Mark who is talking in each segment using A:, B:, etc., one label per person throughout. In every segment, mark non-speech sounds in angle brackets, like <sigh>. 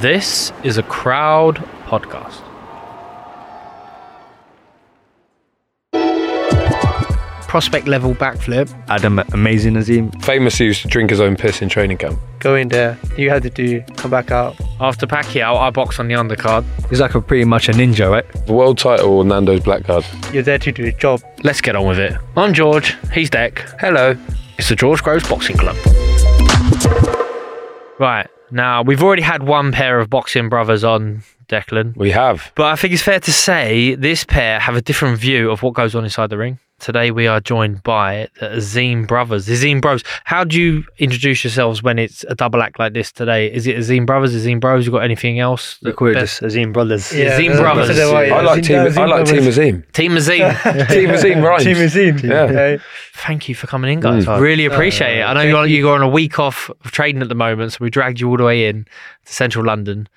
A: This is a crowd podcast.
B: prospect level backflip.
C: Adam Amazing Azim.
D: famously used to drink his own piss in training camp.
E: go in there, do you had to do, come back out.
A: After Pacquiao, I box on the undercard.
C: He's like a pretty much a ninja, right?
D: The world title or Nando's black card.
E: You're there to do a job.
A: Let's get on with it. I'm George. He's Deck. Hello. It's the George Groves Boxing Club. Right now, we've already had one pair of boxing brothers on Declan,
D: We have.
A: but I think it's fair to say this pair have a different view of what goes on inside the ring. Today we are joined by the Azim brothers. The Azim Bros. How do you introduce yourselves when it's a double act like this today? Is it Azim brothers? Azim Bros? You got anything else?
C: We call it
A: Best-
C: just Azim Brothers.
A: Yeah, Zim
E: that's-
A: Brothers.
E: that's why, yeah.
D: I like
E: Zim-
D: team.
E: Zim
D: I like team
C: <laughs>
E: Brothers.
D: Azim.
A: Team Azim.
D: team Azim rhymes.
E: Team Azim.
D: Yeah.
A: Thank you for coming in, guys. I really appreciate it. I know you're, on- you're on a week off of trading at the moment, so we dragged you all the way in to central London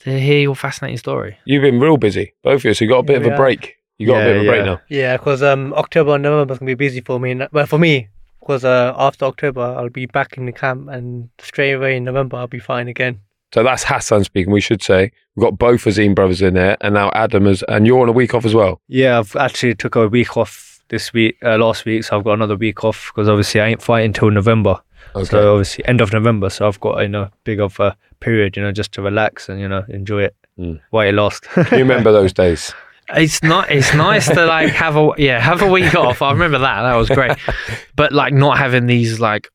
A: to hear your fascinating story.
D: You've been real busy, both of you. So you got a bit
E: Yeah,
D: of
E: we
D: a
E: are.
D: break. You got
C: Yeah,
D: a bit of a break
C: yeah.
D: now.
E: Yeah, because um, October and November can be busy for me. and- Well, for me, because uh, after October, I'll be back in the camp and straight away in November, I'll be fine again.
D: So that's Hassan speaking. We should say we've got both Azim brothers in there, and now Adam is, and you're on a week off as well.
C: Yeah, I've actually took a week off this week, uh, last week, so I've got another week off because obviously I ain't fighting till November.
D: Okay.
C: So obviously end of November, so I've got you know big of a period, you know, just to relax and you know enjoy it
D: Mm.
C: while it lasts. <laughs>
D: you remember those days?
A: It's not. It's nice to like have a yeah have a week off. I remember that. That was great. But like not having these like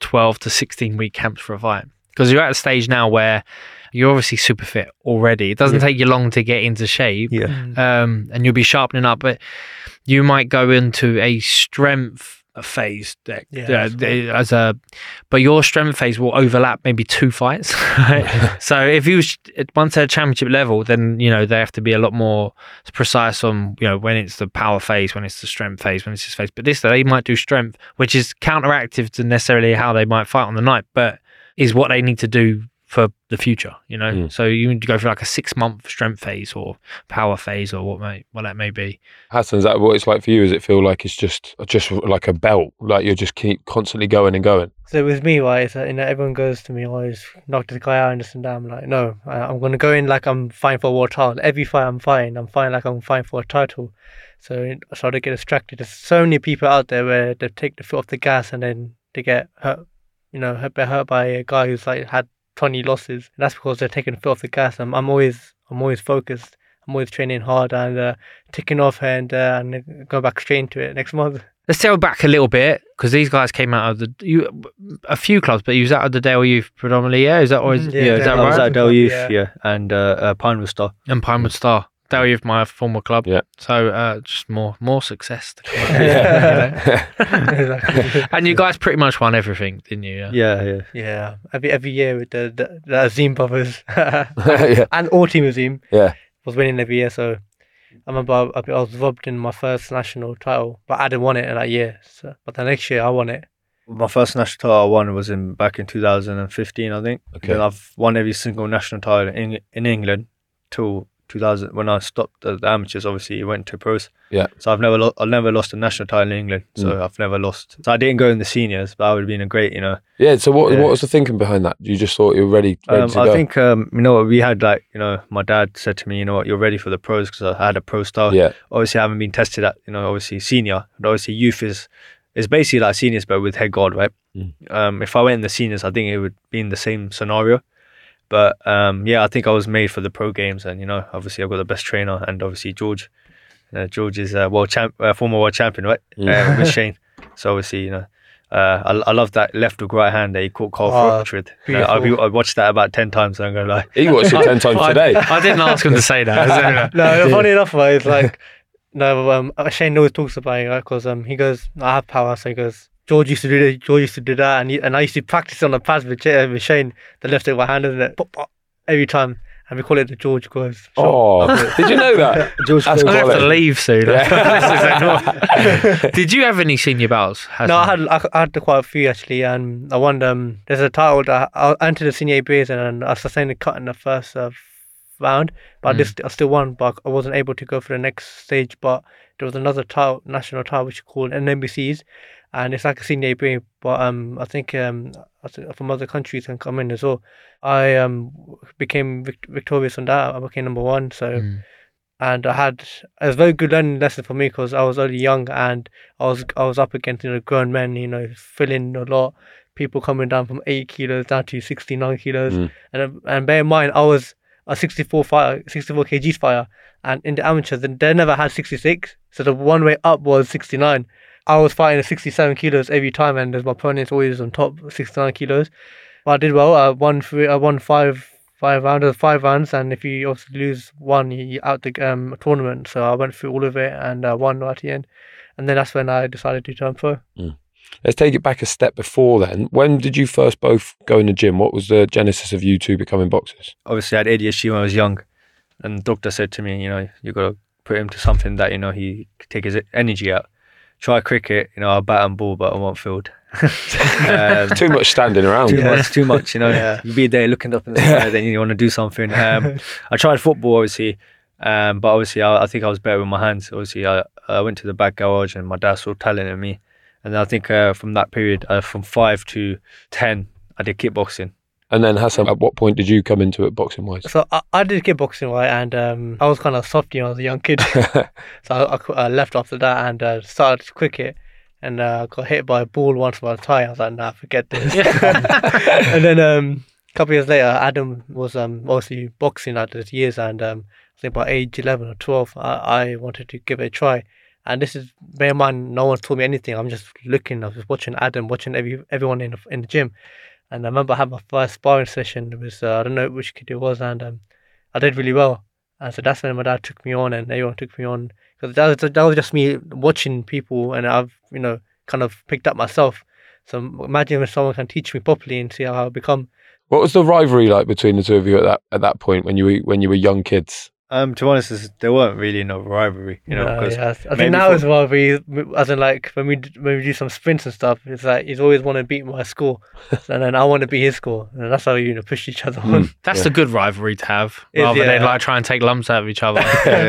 A: twelve to sixteen week camps for a fight because you're at a stage now where you're obviously super fit already. It doesn't take you long to get into shape.
C: yeah,
A: um, and you'll be sharpening up. But you might go into a strength phase that,
E: Yeah,
A: that-
E: that's
A: that- as a, but your strength phase will overlap maybe two fights. <laughs>
E: <laughs>
A: right? so if you was- it- once at championship level, then you know they have to be a lot more precise on you know when it's the power phase, when it's the strength phase, when it's this phase. But this they might do strength, which is counteractive to necessarily how they might fight on the night, but is what they need to do. For the future, you know,
E: Hmm.
D: Mm.
A: so you need to go for like a six month strength phase or power phase or what may what that may be.
D: Hassan, is that what it's like for you? Does it feel like it's just, just like a belt? Like you just keep constantly going
C: <laughs>
D: and going.
E: So with me, right, it's, uh, you know, everyone goes to me, oh, he's knocked this guy out and this and that. I'm like, no, I, I'm going to go in like I'm fine for a world title. Every fight I'm fine. I'm fine like I'm fine for a title. So, so I don't get distracted. There's so many people out there where they take the foot off the gas and then they get hurt, you know, hurt, they're hurt by a guy who's like had 20 losses. And that's because they're taking the foot off the gas. I'm, I'm always, I'm always focused. I'm always training hard and uh, ticking off and uh, and go back straight into it next month.
A: Let's go back a little bit because these guys came out of the you a few clubs, but you was out of the Dale Youth predominantly. Yeah, is that or is,
E: Mhm.
C: yeah,
E: Yeah,
A: is
C: that
A: that
E: Dale
C: was
A: right?
C: at Del Youth,
E: Yeah.
C: yeah, and uh, uh, Pinewood Star.
A: And Pinewood Star, Dale Youth, my former club.
D: Yeah.
A: So uh, just more more success.
D: <laughs>
A: To come.
D: Yeah.
E: <laughs> Exactly.
A: and you guys pretty much won everything, didn't you? Yeah.
C: Yeah, yeah,
E: Yeah, every every year with the the, the Azim brothers <laughs>
D: yeah.
E: and all team Azim
D: Yeah.
E: was winning every year. So I remember I, I was robbed in my first national title, but I didn't won it in that year. So, but the next year I won it.
C: My first national title I won was in back in 2015, I think.
D: Okay.
C: Then I've won every single national title in in England till 2000 when I stopped at the amateurs. Obviously, it went to pros.
D: Yeah. Mm.
C: So I've never lo- I've never lost a national title in England. So I've never lost. So I didn't go in the seniors, but I would have been a great, you know.
D: Yeah. So what,
C: Yeah.
D: what was the thinking behind that? You just thought you were ready, ready
C: Um,
D: to
C: I
D: go.
C: think um, you know what we had like you know my dad said to me, you know what, you're ready for the pros because I had a pro style.
D: yeah.
C: Obviously, I haven't been tested at you know obviously senior, but obviously youth is is basically like seniors but with head guard, right?
D: Mm.
C: Um, if I went in the seniors, I think it would be in the same scenario. But um, yeah, I think I was made for the pro games, and you know, obviously I've got the best trainer, and obviously George, uh, George is a world champ, uh, former world champion, right?
D: Mm.
C: Uh, with Shane, so obviously you know. Uh, I, I love that left hook right hand that he caught Carl
E: Oh,
C: Froch with. Uh, I've,
E: beautiful.
C: I've watched that about 10 times, I'm going to lie.
D: He watched it 10 times
A: I,
D: today.
A: I didn't ask him to say
D: <laughs>
A: that. uh, is it?
E: No, funny enough, right, it's like no. Um, Shane always talks about it because um he goes, I have power. So he goes, George used to do this, George used to do that, and he, and I used to practice on the pads with, J- uh, with Shane, the left over hand, isn't it? Pop, pop, every time, and we call it the George gloves.
D: Oh, did you know that?
C: <laughs> George
D: That's
A: I'm
C: Froch-
A: gonna have to
D: Solid.
A: leave soon. <laughs>
D: Yeah.
A: Did you have any senior battles?
E: No, I had I, I had quite a few actually, and I won. Um, there's a title that I, I entered the senior beers and I sustained a cut in the first uh, round, but I,
A: Mm.
E: just, I still won. But I wasn't able to go for the next stage. But there was another title, national title, which you called NBCs, and it's like a senior APA, but um, I think um, I think from other countries can come in as well. I um became vic- victorious on that. I became number one. So
A: Mm.
E: and I had it was a very good learning lesson for me because I was only young and I was I was up against you know grown men you know filling a lot people coming down from eight kilos down to sixty nine kilos
D: Mm.
E: and and bear in mind I was a sixty four fire sixty four kgs fire and in the amateurs then they never had sixty six so the one way up was sixty nine. I was fighting at 67 kilos every time, and my opponent's always on top, 69 kilos. But I did well. I won three. I won five five rounds, five rounds, and if you obviously lose one, you- you're out the um, tournament. So I went through all of it and uh, won at the end, and then that's when I decided to turn pro.
D: <laughs> Let's take it back a step before then. When did you first both go in the gym? What was the genesis of you two becoming boxers?
C: obviously I had ADHD when I was young, and the doctor said to me, you know, you got to put him to something that you know he could take his energy out. Try cricket, you know, I'll bat and ball, but I won't field. <laughs> um,
D: Too much standing around.
C: too much, too much. You know, you be there looking up in the sky, then you want to do something. <laughs> Um, I tried football, obviously, um, but obviously I, I think I was better with my hands. Obviously, I, I went to the back garage and my dad saw talent in me, and I think uh, from that period, uh, from five to ten, I did kickboxing.
D: And then Hassan, at what point did you come into it boxing wise?
E: So I, I did kickboxing, right, and um, I was kind of soft when I was a young kid. so I, I qu- I left after that and uh, started cricket. And uh, got hit by a ball once by a tie. I was like, nah, forget this. <laughs> and then um, a couple of years later, Adam was um, obviously boxing at those years. And um, I think by age 11 or 12, I, I wanted to give it a try. And this is, bear in mind, no one's taught me anything. I'm just looking, I was just watching Adam, watching every everyone in the, in the gym. And I remember I had my first sparring session. It was, uh, I don't know which kid it was. And um, I did really well. And so that's when my dad took me on and everyone took me on because that was, that was just me watching people and I've, you know, kind of picked up myself. So imagine if someone can teach me properly and see how I become.
D: What was the rivalry like between the two of you at that at that point when you were when you were young kids?
C: Um, to be honest, this- there weren't really no rivalry, you know,
E: Uh,
C: because
E: yeah. I
C: maybe
E: think that
C: for-
E: was why we, as in like when we d- when we do some sprints and stuff, it's like he's always want to beat
C: <laughs>
E: my score, and then I want to beat his score, and that's how you know push each
C: Hmm.
E: other on.
A: That's
D: Yeah.
A: a good rivalry to have,
E: Is,
A: rather than
E: yeah.
A: like try and take lumps out of each
D: <laughs>
A: other.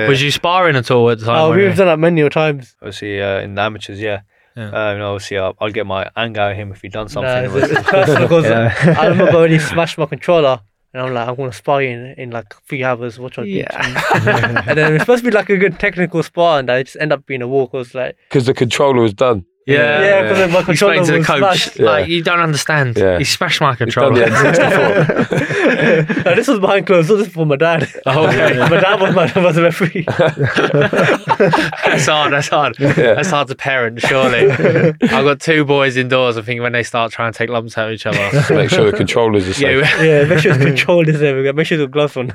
A: Was you sparring at all at the time?
E: Oh,
A: were you?
E: we've done that many times.
C: obviously uh, in the amateurs, yeah.
A: Yeah.
C: Uh, you know, obviously I'll, I'll get my anger at him if he done something. <laughs>
E: Nah,
C: or
E: it's, it's <laughs> personal
C: <laughs>
E: 'cause
C: Yeah.
E: I remember <laughs> when he smashed my controller, and I'm like, I'm gonna spar you in, in like three hours. Watch on yeah. and then it's supposed to be like a good technical spar, and I just end up being a walk. I was like,
D: Because the controller was done.
A: yeah,
E: yeah, because my
A: He
E: controller
A: explained
E: was
A: to the coach,
E: smashed. <laughs>
A: like you don't understand.
D: Yeah.
A: He smashed my
D: It's done
A: controller.
D: the
A: <laughs>
D: N64.
E: no, this was behind closed doors. This was for my dad.
A: Oh, okay.
E: <laughs> my dad was my was a referee.
A: that's hard. That's hard. That's hard to parent. <laughs> Surely, I've got two boys indoors. I think when they start trying to take lumps out of each other,
D: to make sure the controllers are safe.
A: yeah,
E: Yeah, make sure it's controlled is there. Make sure the gloves on.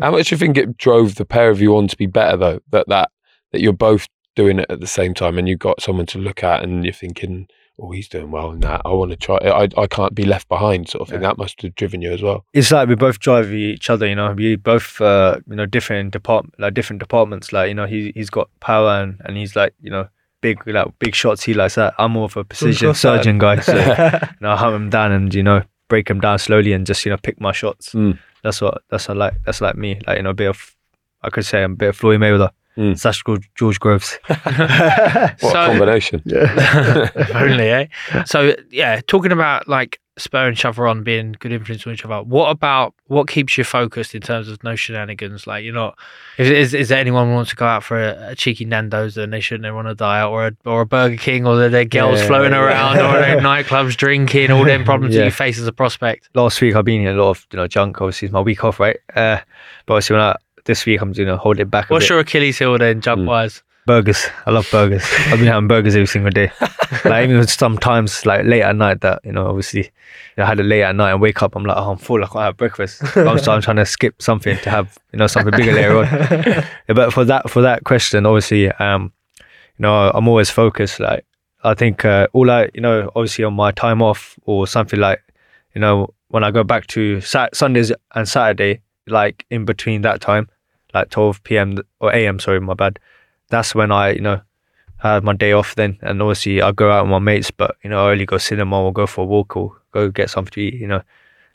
D: How much do you think it drove the pair of you on to be better though? That that that you're both doing it at the same time and you've got someone to look at and you're thinking, Oh, he's doing well in that. I want to try I I can't be left behind sort of thing. That must have driven you as well.
C: it's like we both drive each other, you know. We both, uh, you know, different department, like different departments. Like you know, he he's got power and, and he's like you know big like big shots. He likes that. I'm more of a precision
E: cross that.
C: surgeon guy, so
E: <laughs>
C: you know, I hunt him down and you know break him down slowly and just you know pick my shots.
D: Mm.
C: That's what that's what I like. That's like me. Like you know, a bit of I could say I'm a bit of Floyd Mayweather,
D: Mm.
C: slash George, George Groves. <laughs>
D: What a
A: So-
D: combination.
A: <laughs> if only, eh? So yeah, talking about like spurring each other on, being good influence on each other. What about what keeps you focused in terms of no shenanigans? Like you're not. If, is is there anyone who wants to go out for a, a cheeky Nando's then they shouldn't? They want to die out, or a, or a Burger King, or their, their girls
C: Yeah.
A: floating around, or
C: <laughs>
A: their nightclubs drinking, all them problems that
C: Yeah.
A: you face as a prospect.
C: last week I've been in a lot of you know junk. Obviously, it's my week off, right? Uh, but obviously, when I, this week I'm you know hold it back. A
A: What's
C: bit.
A: your Achilles heel then, jump wise?
C: Burgers. I love burgers. I've been having burgers every single
A: <laughs>
C: day. like even sometimes like late at night that, you know, obviously I had a late at night and wake up, I'm like, oh, I'm full, I can't have breakfast. I'm, so I'm trying to skip something to have, you know, something bigger later on. Yeah, but for that for that question, obviously, um, you know, I'm always focused. Like I think uh, all I you know, obviously on my time off or something like, you know, when I go back to sat- Sundays and Saturday, like in between that time, like 12 p.m. th- or a.m. Sorry, my bad that's when I, you know, had my day off then. And obviously, I go out with my mates, but, you know, I only go cinema or go for a walk or go get something to eat, you know.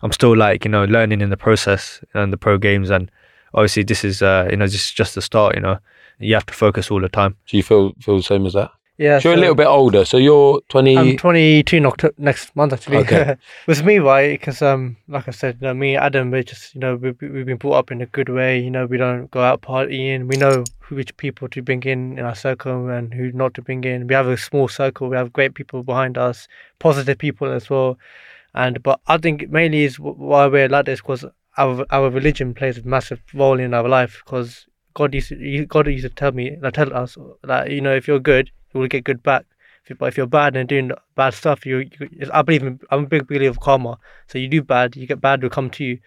C: I'm still like, you know, learning in the process and the pro games. And obviously, this is, uh, you know, just just the start, you know. You have to focus all the time.
D: Do you feel feel the same as that?
E: Yeah,
D: So you're a
E: so
D: little bit older. So you're 20.
E: I'm 22 in Octo- next month actually.
D: Okay.
E: <laughs> With me, why? Because um, like I said, you know, me and Adam, we just you know we we- we've been brought up in a good way. You know, we don't go out partying. We know who- which people to bring in in our circle and who not to bring in. We have a small circle. We have great people behind us, positive people as well. And but I think mainly is wh- why we're like this because our our religion plays a massive role in our life because God used to, he- God used to tell me like, tell us that you know if you're good you will get good back if you, but if you're bad and doing bad stuff you, you I believe in, I'm a big believer of karma so you do bad you get bad will come to you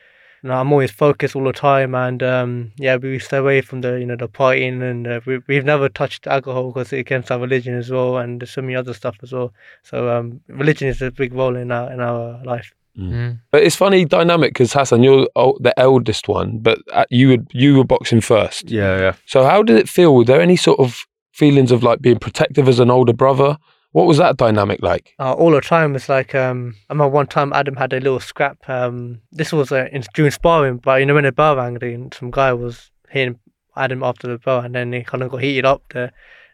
E: and I'm always focused all the time and um yeah we stay away from the you know the partying and uh, we, we've never touched alcohol because it's against our religion as well and there's so many other stuff as well so um religion is a big role in our in our life
D: But it's funny dynamic because Hassan, you're old, the eldest one, but uh, you would you were boxing first.
C: Yeah, yeah.
D: So how did it feel? Were there any sort of feelings of like being protective as an older brother? What was that dynamic like?
E: uh, all the time. It's like um, I remember one time Adam had a little scrap. Um, this was uh, in, during sparring, but you know when the bell rang, then some guy was hitting Adam after the bell, and then he kind of got heated up there.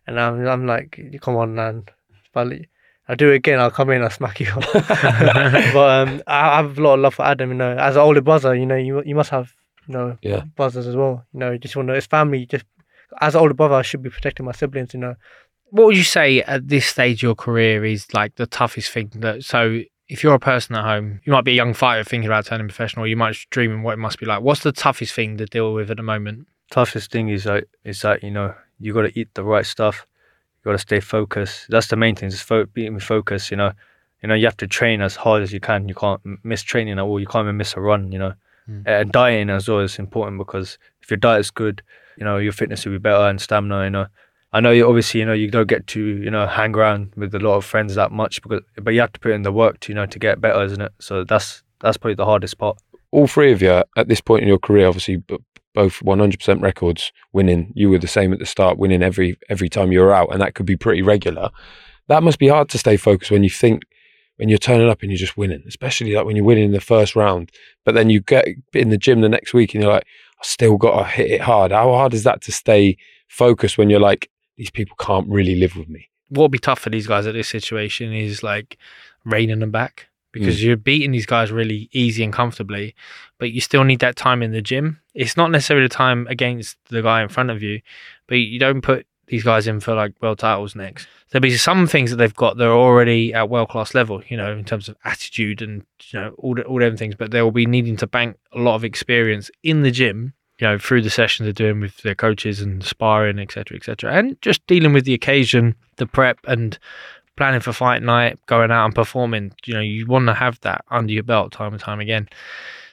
E: And I'm, I'm like, come on, man. But I do it again. I'll come in. and I'll smack you. up." <laughs> but um, I have a lot of love for Adam. You know, as an older brother, you know, you you must have you know
D: Yeah.
E: brothers as well. You know, you just want to. It's family. you Just as an older brother, I should be protecting my siblings. You know,
A: What would you say at this stage of your career is like the toughest thing that so if you're a person at home, you might be a young fighter thinking about turning professional, you might just dreaming what it must be like. What's the toughest thing to deal with at the moment?
C: toughest thing is like is that you know you got to eat the right stuff you got to stay focused that's the main thing is fo- being focused you know you know you have to train as hard as you can you can't m- miss training at all you can't even miss a run you know and dieting as well is important because if your diet is good you know your fitness will be better and stamina you know i know you obviously you know you don't get to you know hang around with a lot of friends that much because but you have to put in the work to you know to get better isn't it so that's that's probably the hardest part
D: All three of you at this point in your career, obviously, b- both 100% records winning. You were the same at the start, winning every every time you were out, and that could be pretty regular. That must be hard to stay focused when you think when you're turning up and you're just winning, especially like when you're winning in the first round. But then you get in the gym the next week and you're like, I still got to hit it hard. How hard is that to stay focused when you're like, these people can't really live with me?
A: what would be tough for these guys at this situation is like reining them back because you're beating these guys really easy and comfortably, but you still need that time in the gym. It's not necessarily the time against the guy in front of you, but you don't put these guys in for like world titles next. There'll be some things that they've got that are already at world class level, you know, in terms of attitude and you know all the, all them things. But they will be needing to bank a lot of experience in the gym, you know, through the sessions they're doing with their coaches and sparring, etc., etc., and just dealing with the occasion, the prep, and planning for fight night, going out and performing. You know, you want to have that under your belt time and time again.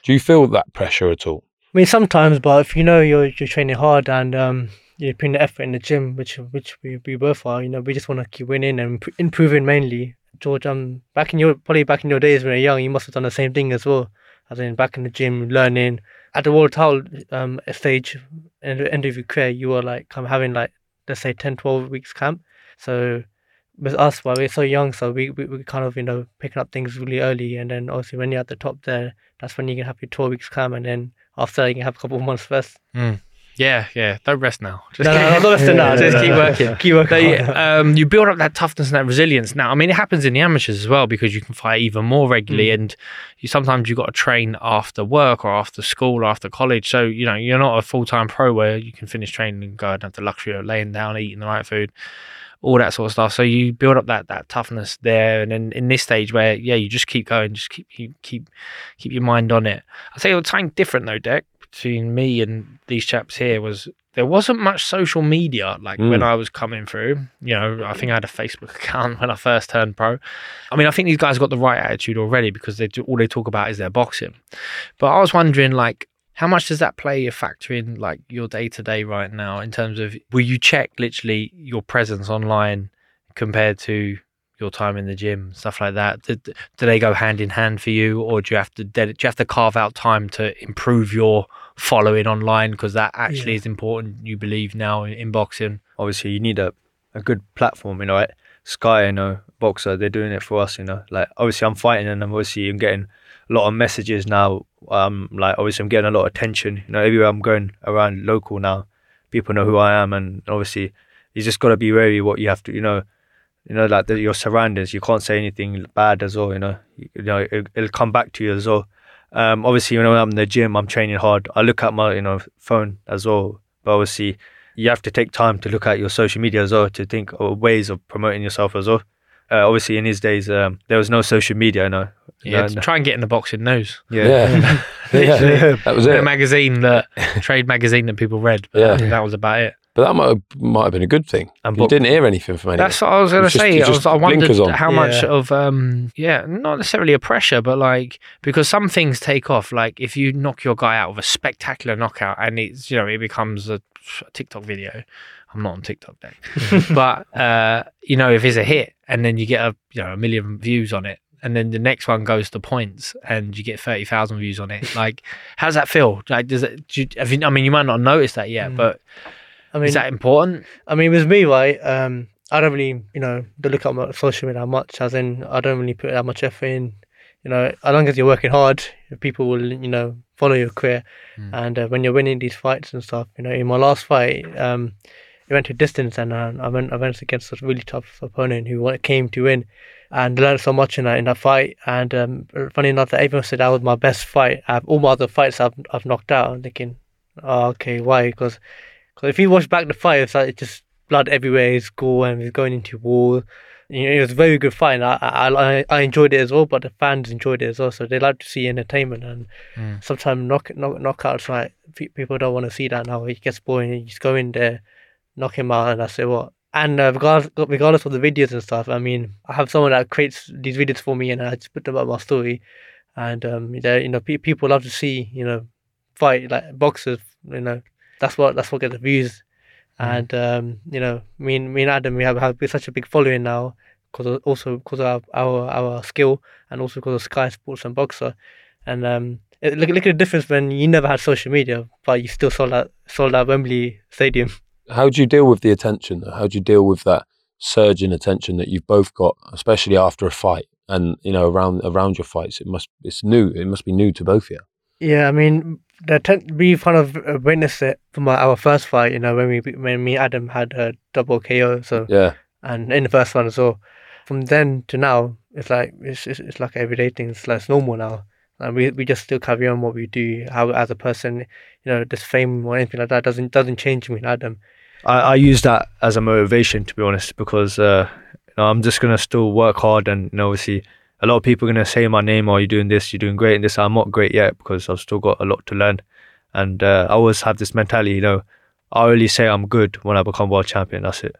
D: Do you feel that pressure at all?
E: I mean, sometimes, but if you know you're you're training hard and um, you're putting the effort in the gym, which which we, we both are, you know, we just want to keep winning and imp- improving mainly. George, um, back in your probably back in your days when you're young, you must have done the same thing as well, as in back in the gym, learning at the world title um stage and the end of your career, you were like kind of having like let's say 10, 12 weeks camp. So with us, while we're so young, so we we we kind of you know picking up things really early, and then obviously when you're at the top there, that's when you can have your 12 weeks camp, and then after that you can have a couple of months rest.
A: Yeah, yeah. Don't rest now. Just
E: No, no, no, <laughs> not resting
A: <laughs>
E: now.
A: Just
E: No, no,
A: keep
E: no.
A: working.
E: Keep working.
A: They, um, you build up that toughness and that resilience. Now, I mean, it happens in the amateurs as well because you can fight even more regularly, and you sometimes you got to train after work or after school, or after college. So you know you're not a full time pro where you can finish training and go and have the luxury of laying down, eating the right food, all that sort of stuff. So you build up that that toughness there, and then in this stage where yeah, you just keep going, just keep keep keep keep your mind on it. I say something different though, Deck, between me and these chaps here was there wasn't much social media like when I was coming through. You know, I think I had a Facebook <laughs> account when I first turned pro. I mean, I think these guys got the right attitude already because they do, all they talk about is their boxing. But I was wondering like how much does that play a factor in like your day to day right now in terms of will you check literally your presence online compared to your time in the gym, stuff like that. Do, do they go hand in hand for you, or do you have to ded- do you have to carve out time to improve your following online because that actually is important? You believe now in, in boxing.
C: obviously you need a, a good platform, you know, like Sky, you know, Boxer, they're doing it for us, you know. Like obviously I'm fighting and I'm obviously I'm getting a lot of messages now. Um like obviously I'm getting a lot of attention. You know, everywhere I'm going around local now, people know who I am and obviously you just gotta be wary what you have to you know, you know, like the, your surroundings. You can't say anything bad as well. You know, you, you know, it, it'll come back to you as well. Um, obviously, you know, when I'm in the gym, I'm training hard. I look at my, you know, phone as well. But obviously, you have to take time to look at your social media as well to think of ways of promoting yourself as well. Uh, obviously, in his days, um, there was no social media. You know,
A: Yeah,
C: No,
A: to
C: no.
A: try and get in the boxing news.
D: <laughs> Yeah. yeah. That was
A: The
D: it.
A: magazine that trade magazine that people read.
D: Yeah.
A: that was about it.
D: But that might have, might have been a good thing.
C: And
D: you
C: book-
D: didn't hear anything from anyone.
A: That's what I was
D: You
A: going to
D: just-
A: say.
D: you
A: I, was,
D: just
A: I wondered
D: blinkers on.
A: how much
E: Yeah.
A: of, um, yeah, not necessarily a pressure, but like, because some things take off. Like, if you knock your guy out with a spectacular knockout and it's, you know, it becomes a, a TikTok video. I'm not on TikTok then.
E: <laughs>
A: but, uh, you know, if it's a hit and then you get a, you know, a million views on it and then the next one goes to points and you get 30,000 views on it, like, how's that feel? Like, does it, do you, have you, I mean, you might not notice that yet,
E: Mm.
A: but
E: I mean,
A: is that important?
E: I mean, with me, right? Um, I don't really, you know, don't look at my social media much. As in, I don't really put that much effort in. You know, as long as you're working hard, people will, you know, follow your career. And uh, when you're winning these fights and stuff, you know, in my last fight, um, it went to distance, and uh, I went, I went against a really tough opponent who wa- came to win, and learned so much in that in that fight. And um, funny enough, that everyone said that was my best fight. Out of all my other fights, I've I've knocked out. I'm thinking, oh, okay, why? Because because if you watch back the fight, it's like it's just blood everywhere. It's gore and it's going into wall. You know, it was a very good fight. And I, I I- I enjoyed it as well, but the fans enjoyed it as well. So they like to see entertainment, and sometimes knock, knock knockouts like pe- people don't want to see that now. It gets boring. You just go in there, knock him out, and that's it. What? And uh, regardless, regardless of the videos and stuff, I mean, I have someone that creates these videos for me, and I just put them up my story, and um, they- you know, pe- people love to see you know, fight like boxers, you know, that's what that's what gets the views. And um, you know, me and me and Adam, we have, have such a big following now because also because of our, our our skill and also because of Sky Sports and Boxer. And um, it- look look at the difference when you never had social media, but you still sold out sold out Wembley Stadium.
D: How do you deal with the attention? though? How do you deal with that surge in attention that you've both got, especially after a fight and you know around around your fights? It must it's new. It must be new to both of you.
E: Yeah, I mean, the ten- we kind of uh, witnessed it from our, our first fight. You know, when we when me and Adam had a double KO, so
D: Yeah,
E: and in the first one as well. From then to now, it's like it's it's, it's like everyday thing. It's like it's normal now, and we we just still carry on what we do. How as a person, you know, this fame or anything like that doesn't doesn't change me um, and Adam.
C: I, I use that as a motivation to be honest because uh, you know, I'm just gonna still work hard and you know, obviously a lot of people are gonna say my name oh you're doing this you're doing great and this I'm not great yet because I've still got a lot to learn and uh, I always have this mentality you know I only say I'm good when I become world champion that's it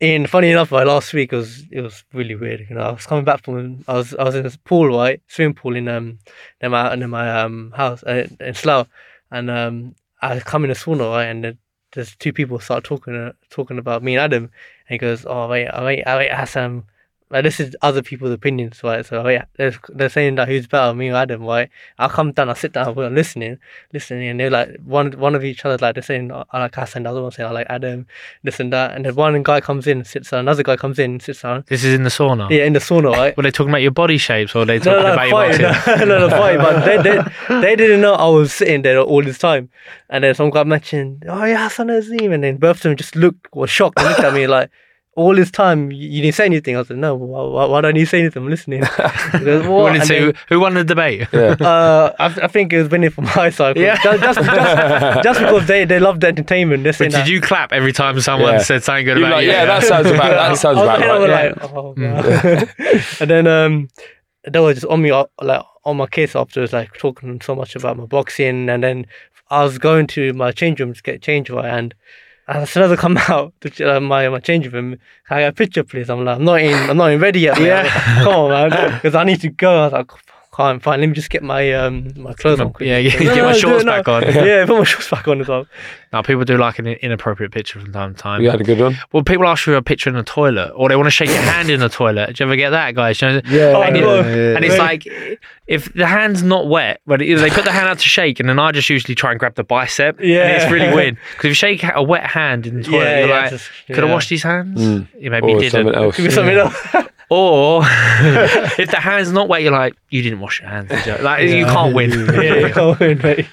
E: And funny enough, like last week it was it was really weird. You know, I was coming back from I was I was in this pool, right, swimming pool in um in my in my um house uh, in Slough, and um I come in the sauna, right, and then there's two people start talking uh, talking about me and Adam, and he goes, oh wait, oh wait, oh wait, Hassan, like this is other people's opinions, right? So oh, yeah, they're, they're saying that who's better, me or Adam, right? I'll come down, I'll sit down, we're listening, listening, and they're like one one of each other, like they're saying oh, I like Hassan, the other one saying I like Adam this and that. And then one guy comes in, sits down. Another guy comes in, sits down.
A: This is in the sauna.
E: Yeah, in the sauna, right?
A: Were they talking about your body shapes or were they
E: No,
A: talking
E: no,
A: about
E: no, fine,
A: your
E: <laughs> no,
A: boxing?
E: no, no, fine. But they,
A: <laughs>
E: they, they didn't know I was sitting there all this time. And then some guy mentioned, oh yeah, Hassan Azim. And then both of them just looked, was shocked, and looked at me like, all this time you, you didn't say anything. I was like, no, why, why, why don't you say anything? I'm
A: <laughs>
E: listening. He goes,
A: Who,
E: "What?"
A: wanted
E: And
A: to-
E: then-
A: who won the debate?
E: uh, I, I think it was winning from my side.
A: Yeah.
E: Just, just,
A: <laughs>
E: just, just because they, they loved the entertainment. They're saying
A: But did
E: that.
A: you clap every time someone
D: Yeah.
A: said something good
D: You're
A: about
D: like,
A: you?
D: yeah, that sounds about
E: <laughs>
D: that sounds
E: I
D: about
E: was kind of
D: right. Mm.
E: like, oh, God. <laughs> and then um, they were just on me, uh, like on my case afterwards, like talking so much about my boxing. And then I was going to my change room to get change right, and and as soon as I come <laughs> out to uh, my my change room, can I get a picture, please? I'm like, I'm not in, I'm not in ready yet. Yeah, <laughs> come on, man, because I need to go. I was like, fine, fine, let me just get my um my clothes on. quickly."
A: yeah, yeah,
E: <laughs> No,
A: get
E: no,
A: my
E: no,
A: shorts
E: no.
A: back on.
E: yeah, put my shorts back on as well.
A: Now people do like an inappropriate picture from time to time.
D: You had a good one.
A: Well, people ask for a picture in the toilet, or they want to shake your hand in the toilet. Do you ever get that, guys? You know,
D: Yeah,
A: and, it-
E: no.
A: and it's like if the hand's not wet, but it- they put the hand out to shake, and then I just usually try and grab the bicep. and it's
E: Yeah.
A: really weird because if you shake a wet hand in the toilet,
E: Yeah,
A: you're
E: yeah,
A: like,
E: just-
A: could I
E: yeah.
A: wash these hands?
D: Mm.
A: You maybe
D: or
A: didn't.
D: something else.
E: <laughs>
A: <laughs>
E: Give me something else.
A: Or if the hand's not wet, you're like, you didn't wash your hands. did you? Like, you can't win.
E: yeah, <laughs> come on, mate.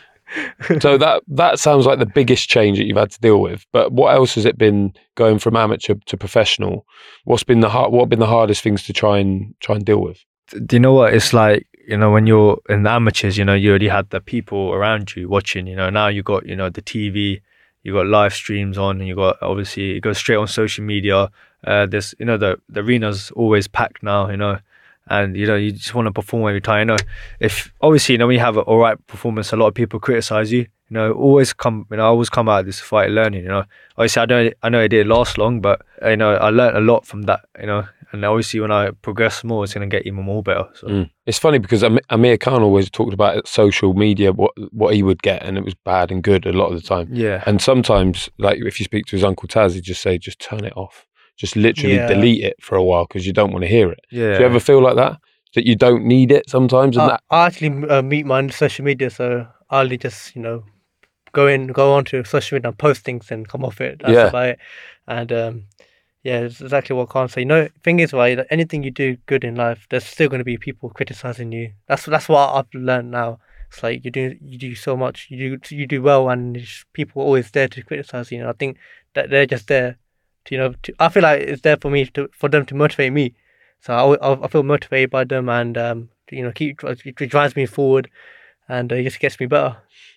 D: so that that sounds like the biggest change that you've had to deal with. But what else has it been going from amateur to professional? What's been the hard, what have been the hardest things to try and try and deal with?
C: do you know what it's like you know when you're in the amateurs you know you already had the people around you watching you know now you got you know the tv you got live streams on and you got obviously it goes straight on social media uh this you know the, the arena's always packed now you know and you know you just want to perform every time you know if obviously you know when you have an all right performance a lot of people criticize you you know always come you know i always come out of this fight learning you know obviously i don't i know it didn't last long but you know i learned a lot from that you know and obviously when i progress more it's going to get even more better so
D: Mm. It's funny because Am- Amir Khan always talked about social media what what he would get, and it was bad and good a lot of the time.
C: yeah
D: And sometimes, like if you speak to his uncle Taz, he'd just say, "Just turn it off. Just literally
E: Yeah.
D: delete it for a while because you don't want to hear it."
C: yeah
D: Do you ever feel like that? That you don't need it sometimes, and
E: I,
D: that
E: I actually uh, meet my own social media, so I'll just you know go in, go on to social media and post things and come off it. That's
D: Yeah.
E: about it. And um, yeah, it's exactly what Khan said. You know, thing is, right? that Anything you do good in life, there's still going to be people criticizing you. That's that's what I've learned now. It's like you do you do so much, you do you do well, and it's- people are always there to criticize you. And I think that they're just there. To, you know, to, I feel like it's there for me to for them to motivate me. So I, al- I, I feel motivated by them, and um, you know, keep it drives me forward, and uh, it just gets me better.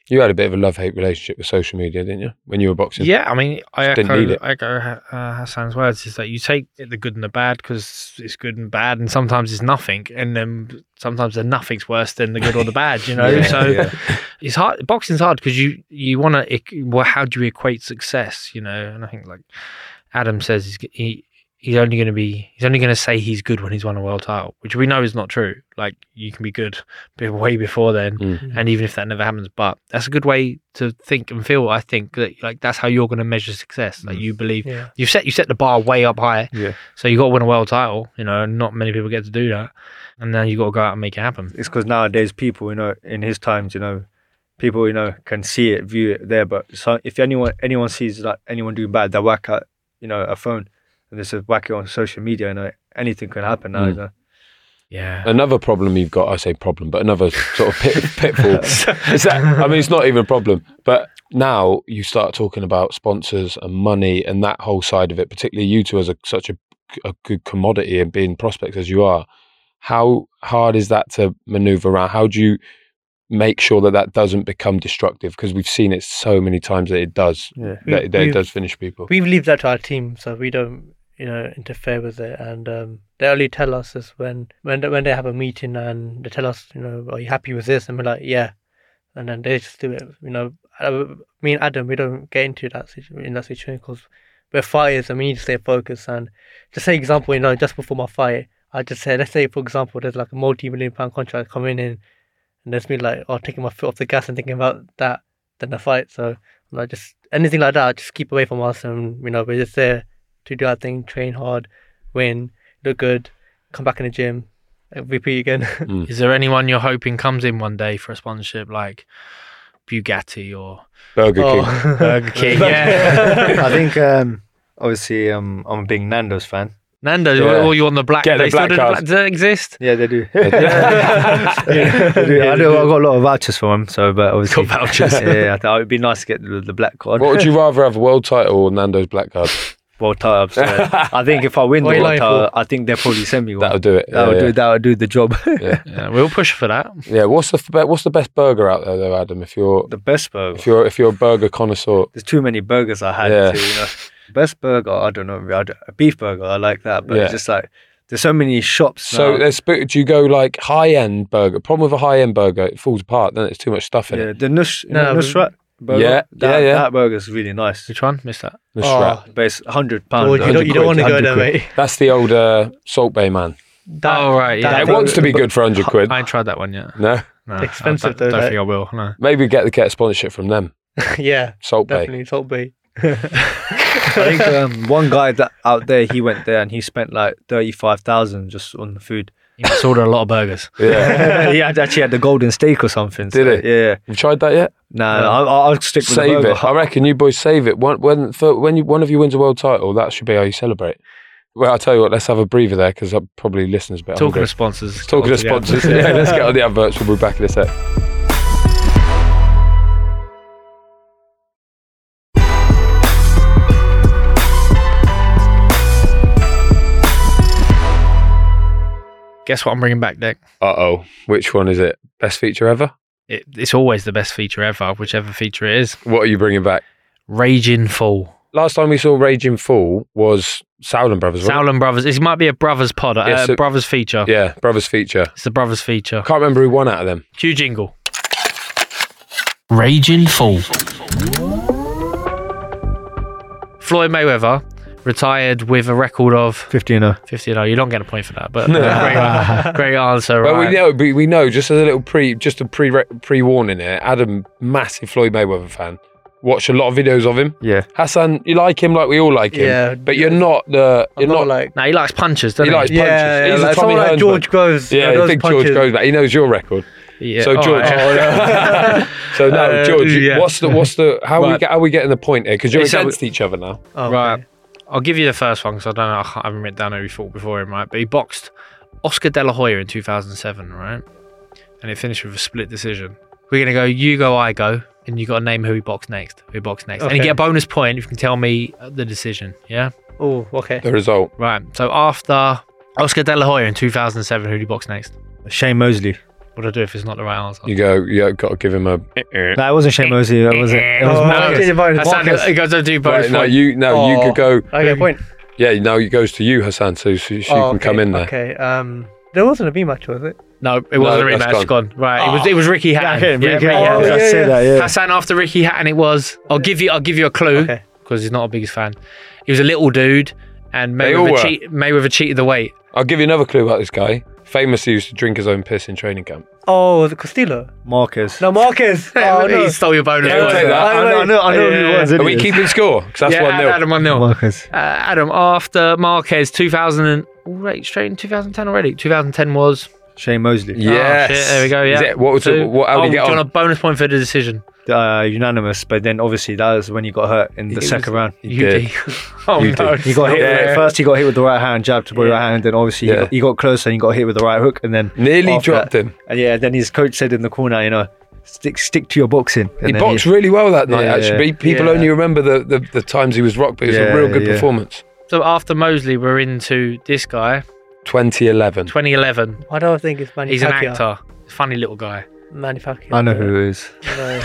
D: you had a bit of a love hate relationship with social media, didn't you? When you were boxing,
A: Yeah, I mean, I
D: Just didn't need
A: echo,
D: it.
A: I echo Ha- uh, Hassan's words. Is that you take the good and the bad because it's good and bad, and sometimes it's nothing, and then sometimes the nothing's worse than the good or the bad.
D: <laughs>
A: You know,
C: Yeah,
A: so
C: yeah.
A: it's hard. Boxing's hard because you you want to. Well, how do you equate success? You know, and I think like Adam says, he's g- he. He's only going to be. He's only going to say he's good when he's won a world title, which we know is not true. Like you can be good be- way before then,
D: Mm.
A: and even if that never happens, but that's a good way to think and feel. I think that like that's how you're going to measure success. Like
C: Mm.
A: you believe
E: Yeah,
A: you set you set the bar way up high.
C: Yeah.
A: So you got to win a world title. You know, and not many people get to do that, and now you got to go out and make it happen.
C: it's because nowadays people you know in his times you know people you know can see it view it there but so if anyone anyone sees like anyone doing bad they whack at you know a phone and they said whack it on social media you know anything can happen
D: Mm.
C: now you know.
A: Yeah.
D: Another problem you've got, I say problem, but another sort of pit, <laughs> pitfall
A: <laughs>
D: is that, I mean, it's not even a problem, but now you start talking about sponsors and money and that whole side of it, particularly you two as a, such a, a good commodity and being prospects as you are. How hard is that to maneuver around? How do you make sure that that doesn't become destructive? Because we've seen it so many times that it does, <laughs>
C: yeah
E: We-
D: that, that it
E: we've-
D: does finish people.
E: we leave that to our team, so we don't you know interfere with it, and um, they only tell us is when when they- when they have a meeting and they tell us you know are you happy with this, and we're like yeah, and then they just do it. You know, uh, me and Adam, we don't get into that situ- in that situation because we're fighters and we need to stay focused. And just say example, you know, just before my fight, I just say, let's say for example, there's like a multi-million pound contract coming in, and there's me like, oh, taking my foot off the gas and thinking about that than the fight. So like just anything like that, just keep away from us, and you know, we're just there to do our thing, train hard, win, look good, come back in the gym, and repeat again. <laughs>
A: Is there anyone you're hoping comes in one day for a sponsorship like Bugatti or
D: Burger King.
E: oh.
A: Burger King? <laughs>
C: <laughs>
A: Yeah.
C: i think um obviously um i'm a big nando's fan
A: Nando's
D: Yeah.
A: or you on the black?
D: Get the
A: they still
D: black
A: do
D: card.
A: Does that exist?
C: yeah they
D: <laughs>
C: do They do. i know i got a lot of vouchers for them so but obviously
A: Got vouchers.
C: yeah, <laughs> yeah I thought it'd be nice to get the, the black card
D: What would
E: <laughs>
D: you rather have, a world title or Nando's black card?
C: <laughs> world title upstairs.
D: <laughs>
C: i think if i win the
E: What are you
C: world
E: lying
C: title i think they'll probably send me one
D: That'll do it.
C: That
D: Yeah,
C: would
D: yeah.
C: do that would do the job. <laughs>
A: Yeah, we'll push for that.
D: Yeah, what's the f- be- what's the best burger out there though, Adam? If you're
C: the best burger.
D: if you're if you're a burger connoisseur,
C: There's too many burgers I had.
D: Yeah.
C: To, you know, best burger. I don't know. I don't- a beef burger. I like that, but
D: Yeah.
C: it's just like there's so many shops.
D: so uh,
C: now.
D: there's sp- do you go like high end burger? Problem with a high end burger, it falls apart. Then it's too much stuff in
C: yeah,
D: it.
C: the nush, you
E: No,
C: know,
E: but-
C: Nusrat burger.
D: Yeah,
C: that,
D: yeah, yeah.
C: That burger's really nice,
A: Which one? Missed that.
D: Nusrat.
C: but it's hundred pounds.
E: Lord, you don't, you don't want to go
D: 100
E: there,
D: quid. <laughs>
E: mate.
D: That's the old uh, Salt Bay man.
E: That,
A: oh right,
E: that-
A: yeah.
D: it wants to be good for hundred quid.
A: I ain't tried that one yet.
D: No,
A: No,
E: Expensive
A: I don't,
E: though,
A: don't
E: that-
A: think I will. No.
D: maybe get the get a sponsorship from them.
E: <laughs> yeah,
D: Salt Bay.
E: definitely Salt Bay.
C: I think um, one guy that out there, he went there and he spent like thirty-five thousand just on the food.
A: You must order a lot of burgers.
D: Yeah,
C: he had, actually had the golden steak or something. so,
D: Did he?
C: Yeah.
D: you tried that yet?
C: Nah, nah, I'll, I'll stick with the
D: Save
C: burger.
D: it. I reckon you boys save it. One, when for, when you, one of you wins a world title, that should be how you celebrate. Well, I'll tell you what. Let's have a breather there because probably listeners a bit.
A: Talking
D: hungry.
A: to sponsors. <laughs>
D: <laughs> Talking to sponsors. Yeah, let's get on the adverts. We'll be back in a sec.
A: Guess what I'm bringing back, Dick?
D: Uh oh. Which one is it? Best feature ever?
A: It, it's always the best feature ever, whichever feature it is.
D: What are you bringing back?
A: Raging Fall.
D: Last time we saw Raging Fall was Soulan Brothers. wasn't
A: Soulan Brothers. This might be a Brothers pod, uh,
D: Yeah, so-
A: Brothers feature.
D: it? Yeah, Brothers feature.
A: It's the Brothers feature.
D: I can't remember who won out of them.
A: Cue jingle. Raging Fall. Floyd Mayweather retired with a record of
C: 15 0.
A: 50 and 0. You're not getting a point for that, but <laughs> uh, great, great answer.
D: But
A: right?
D: we know, we, we know. Just as a little pre, just a pre pre warning here. Adam, massive Floyd Mayweather fan. Watch a lot of videos of him.
C: Yeah.
D: Hassan, you like him like we all like him.
E: Yeah.
D: But you're not the.
E: I'm
D: You're
E: not
D: not.
E: like
A: Now he likes punches, doesn't
D: he
A: he?
D: likes punches.
E: yeah,
D: He's a
E: yeah
D: Tommy
E: like someone like
D: Hearns
E: George goes.
D: man. Yeah,
E: those
D: I think
E: punches. Oh,
D: George goes back. He knows your record.
A: Yeah,
D: So
A: all
D: George,
A: right.
D: <laughs> so no,
A: Uh,
D: George, you-
A: yeah.
D: what's the what's the how we
A: Right.
D: get how we getting the point here because you're
A: It's a-
D: against each other now.
A: <laughs>
E: Oh, okay.
A: Right. I'll give you the first one because I don't know. I can't- I haven't written down who he fought before him, right? But he boxed Oscar De La Hoya in 2007, right? And it finished with a split decision. We're going to go, you go, I go. And you got to name who he boxed next. Who he boxed next. And you
E: Okay.
A: get a bonus point if you can tell me uh, the decision, yeah?
E: Oh, okay.
D: The result.
A: Right. So after Oscar De La Hoya in 2007, who did he box next?
C: Shane Mosley.
A: What do I do if it's not the right answer?
D: You go. You got to give him a.
C: No, it wasn't Shane Mosley. It was, it was
E: Oh,
A: Marcus.
E: I did it by
A: That's how
E: Marcus.
A: it goes to do bonus
D: Right, no,
A: point.
D: you no, you
E: Oh.
D: could go.
E: I get a point.
D: Yeah, now it goes to you, Hassan. So, so you
E: Oh,
D: can
E: okay,
D: come in there.
E: Okay. Um, there wasn't a B match, was it?
A: no, it wasn't
D: No,
A: a rematch.
D: that's
A: It's gone. Right. It
E: Oh.
A: was. It was Ricky Hatton.
C: okay,
A: Yeah, Ricky
C: Ricky
E: Hatton.
A: Hatton.
E: yeah, yeah.
C: that,
A: Hassan after Ricky Hatton it was. I'll give you I'll give you a clue because
E: Okay.
A: he's not a biggest fan. He was a little dude and
D: They all
A: Mayweather,
D: were.
A: cheat, Mayweather cheated the
D: <laughs>
A: weight.
D: I'll give you another clue about this guy. Famously used to drink his own piss in training camp.
E: Oh, was it Castillo?
C: Marcus.
D: <laughs>
E: No, Marcus. Oh, no.
A: he stole your bonus.
D: Yeah, I'll
A: point.
D: take that.
C: I know, I know, I know who
A: Yeah.
C: it was.
D: Are
C: isn't
D: we
C: it?
D: keeping score? Because that's
A: yeah,
D: one nil.
A: Adam 1 0. Uh,
C: Marcus.
A: Adam, after Marquez 2000. And, oh, wait, straight in 2010 already. 2010 was.
C: Shane Mosley.
D: Yes.
A: Oh, shit, there we go,
D: Is
A: yeah.
D: it- what was
A: Two.
D: it? What, how
A: oh,
D: did he get
A: do you
D: on?
A: want a bonus point for the decision?
C: Uh, unanimous, but then obviously that was when he got hurt in the
A: It
C: second
A: was-
C: round.
A: You
D: did.
A: <laughs> oh,
D: You
A: no.
D: did.
C: He got hit
A: Yeah.
C: with, first. He got hit with the right hand, jabbed to the right hand, then obviously
D: Yeah.
C: he, got, he got close and he got hit with the right hook, and then
D: Nearly
C: after
D: dropped
C: that-
D: him.
C: And yeah, then his coach said in the corner, you know, stick stick to your boxing. And
D: He
C: then
D: boxed really well that night,
C: Yeah,
D: actually. People
C: yeah.
D: only remember the, the, the times he was rocked, but it was
C: Yeah,
D: a real good
C: yeah.
D: performance.
A: So after Mosley, we're into this guy,
D: 2011.
A: 2011.
E: I don't think it's Manny
A: He's an
E: Pacquiao.
A: actor. Funny little guy.
E: Manny Pacquiao.
C: I know who it is.
E: No, no.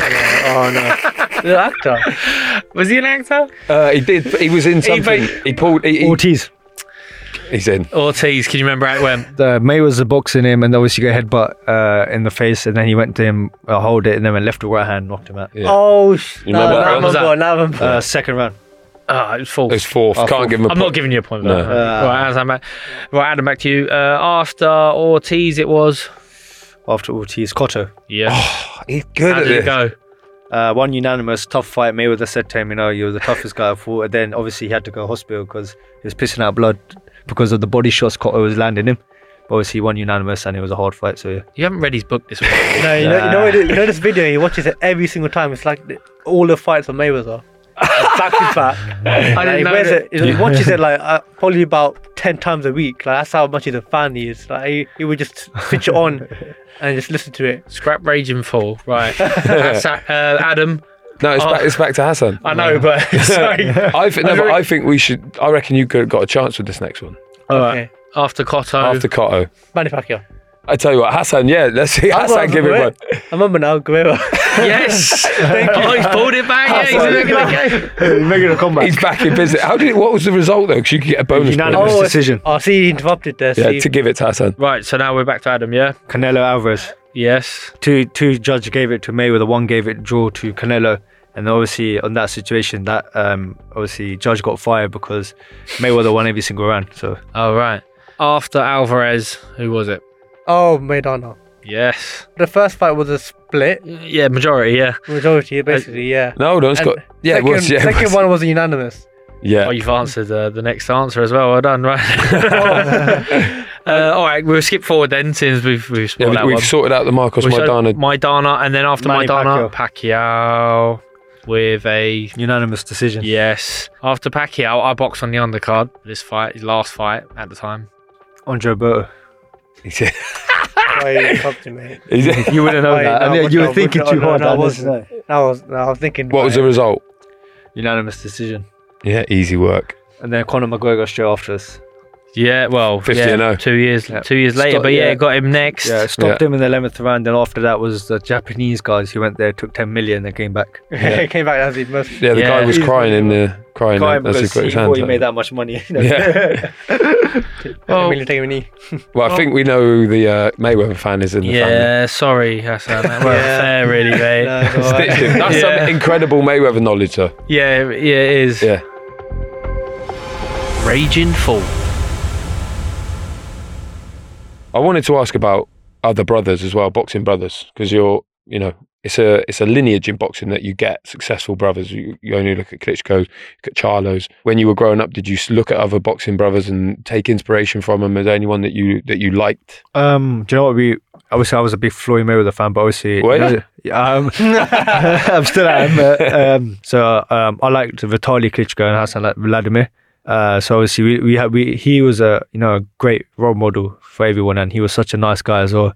E: Oh no, the actor.
A: Was he an actor?
D: Uh, he did. He was in something. He, pulled. He, he,
C: Ortiz.
D: he's in.
A: Ortiz, can you remember how it went?
C: The May was the boxing him, and obviously got a headbutt uh, in the face, and then he went to him, uh, hold it, and then went left to right hand, knocked him out.
D: Yeah.
E: Oh, sh-
D: You
E: no,
D: remember
E: no,
D: that
E: I
A: one? Was
E: remember. Now I remember.
C: Uh, second round.
A: Ah, it was false.
D: It's fourth.
C: Oh,
D: Can't give him a
A: I'm
D: point.
A: not giving you a point for
D: No.
A: that. right, Adam, back. right, Adam, back to you. Uh, after Ortiz, it was.
C: After Ortiz, Cotto.
A: Yeah.
D: He's good
A: How
D: Oh, at
A: did it
D: this.
A: go?
C: uh, one unanimous tough fight. Mayweather said to him, you know, you're the toughest guy I fought. And then obviously he had to go hospital because he was pissing out blood because of the body shots Cotto was landing him. But obviously he won unanimous and it was a hard fight. So <laughs> yeah.
A: You haven't read his book
D: <laughs>
A: this week.
E: no, you know, you know, you know this video. He watches it every single time. It's like the- all the fights on <laughs> Mayweather. back to back.
A: I
E: Like,
A: didn't
E: he
A: know.
E: wears
A: that-
E: it. He watches <laughs> it like uh, probably about ten times a week. Like that's how much of a fan he is. Like he, he would just switch it <laughs> on and just listen to it.
A: Scrap Raging Fall.
D: <laughs>
A: Right. That's, uh, Adam,
D: No, it's,
A: Oh.
D: back, it's back to Hassan.
A: I know, but <laughs>
D: <laughs>
A: sorry.
D: I think. No,
A: I
D: but
A: re-
D: I think we should. I reckon you could got a chance with this next one
A: All right.
E: Okay.
A: After Cotto.
D: after Cotto.
E: Manny Pacquiao.
D: I tell you what, Hassan. Yeah, let's see.
E: I
D: Hassan, give it one.
E: I remember now, Guerrero.
D: <laughs>
A: Yes. Oh, he's pulled it back. Yeah, he's in a good game.
C: Making a comeback.
D: He's back in business. How did? What was the result though? Because you could get a bonus. point.
C: Unanimous
E: Oh,
C: decision.
E: oh, see, he interrupted there.
D: Yeah,
E: see.
D: to give it to Hassan.
A: Right, so now we're back to Adam, yeah?
C: <laughs> Canelo Alvarez.
A: Yes.
C: Two two judge gave it to Mayweather, one gave it draw to Canelo. And obviously on that situation that um obviously judge got fired because Mayweather won every single round. So
A: All right. After Alvarez, who was it?
E: Oh, Maidana.
A: Yes.
E: The first fight was a split
A: Yeah, majority, yeah.
E: majority, basically. Yeah.
D: No, no, it's
E: And
D: got. Yeah,
E: second,
D: it was. Yeah, it
E: second
D: was.
E: one
D: <laughs>
E: was unanimous.
D: Yeah.
A: Oh, you've answered uh, the next answer as well. Well done, <laughs> right? uh, all right, we'll skip forward then, since we've we've
D: Yeah,
A: spoiled
D: we,
A: that
D: we've
A: one.
D: sorted out the Marcos
A: We've shown <laughs>
D: Maidana. <laughs>
A: Maidana, and then after
C: Manny
A: Maidana, Pacquiao. with a
C: unanimous decision.
A: yes. After Pacquiao, I boxed on the undercard. This fight, his last fight at the time.
C: Andre Berto.
E: Why you interrupted me?
C: <laughs> You wouldn't <laughs> know
E: Wait,
C: that.
E: no,
C: And yeah,
E: what-
C: you
E: no,
C: were thinking
E: what- no,
C: too
E: no,
C: hard.
E: no, I
C: I
E: wasn't. I was, no, I was thinking.
D: what was the
E: about it.
D: result?
C: Unanimous decision.
D: Yeah, easy work.
C: And then Conor McGregor straight after us.
A: Yeah, well,
D: 50
A: yeah,
D: and oh.
A: two years,
C: Yeah.
A: two years later.
C: Stop-
A: but yeah,
C: yeah.
A: got him next.
C: Yeah, it stopped him in the eleventh round, and after that was the Japanese guys who went there, took ten million, and came back.
E: <laughs> it came back as the most.
D: <laughs> Yeah, the guy
A: Yeah.
D: was crying in the crying.
C: Crying
D: as he
C: because
D: put
C: he
D: his
C: thought
D: hands
C: he
D: up.
C: made that much money. <laughs> you know.
D: Yeah.
A: Oh.
E: Emilio taking a knee.
D: Well, I think we know who the uh, Mayweather fan is in the family.
A: Yeah, sorry, Hassan. That wasn't
E: <laughs> Yeah.
A: fair, really, mate.
E: <laughs> No,
A: <laughs>
E: it's all
D: Stitched
E: right.
D: him.
A: <laughs>
D: That's
A: Yeah.
D: some incredible Mayweather knowledge, though.
A: Yeah, yeah, it is.
D: Yeah.
A: Raging Full.
D: I wanted to ask about other brothers as well, boxing brothers, because you're, you know, it's a it's a lineage in boxing that you get successful brothers. You, you only look at Klitschko's, look at Charlo's. When you were growing up, did you s- look at other boxing brothers and take inspiration from them? Is there anyone that you that you liked?
C: Um, do you know what we? Obviously, I was a big Floyd Mayweather fan, but obviously,
D: Were
C: no,
D: you?
C: yeah, um, <laughs> I'm still am. but, um, so um, I liked Vitaly Klitschko and Hassan like Vladimir. Uh, so obviously, we we, had, we he was a you know a great role model for everyone, and he was such a nice guy as well.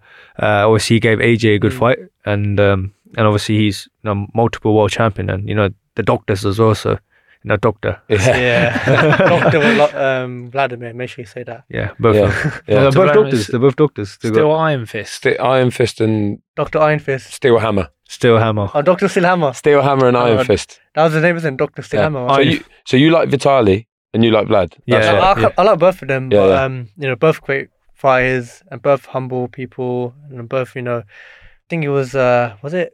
C: Uh, obviously, he gave AJ a good fight, and um, and obviously he's you know, multiple world champion, and you know the doctors as well. So you know, doctor,
E: Yeah. <laughs>
D: <laughs>
E: Doctor Vla- um, Vladimir, make sure you say that.
C: yeah, both.
D: Yeah. Yeah.
C: They're both
A: Vladimir-
C: doctors. They're both doctors. They've got-
A: Still Iron Fist.
D: Sti- Iron Fist and
E: Doctor Iron Fist.
D: Steel Hammer.
C: still hammer.
E: Oh, Doctor Silhammer.
D: Steel Hammer and Iron
E: Oh,
D: Fist.
E: That was his name, isn't it? Doctor
D: Yeah. Oh,
E: Silhammer.
D: So you so you like Vitali and you like Vlad.
C: Yeah.
E: I, I, I like both of them,
D: Yeah,
E: but
D: yeah.
E: um, you know, both great fighters and both humble people and both, you know, I think it was uh, was it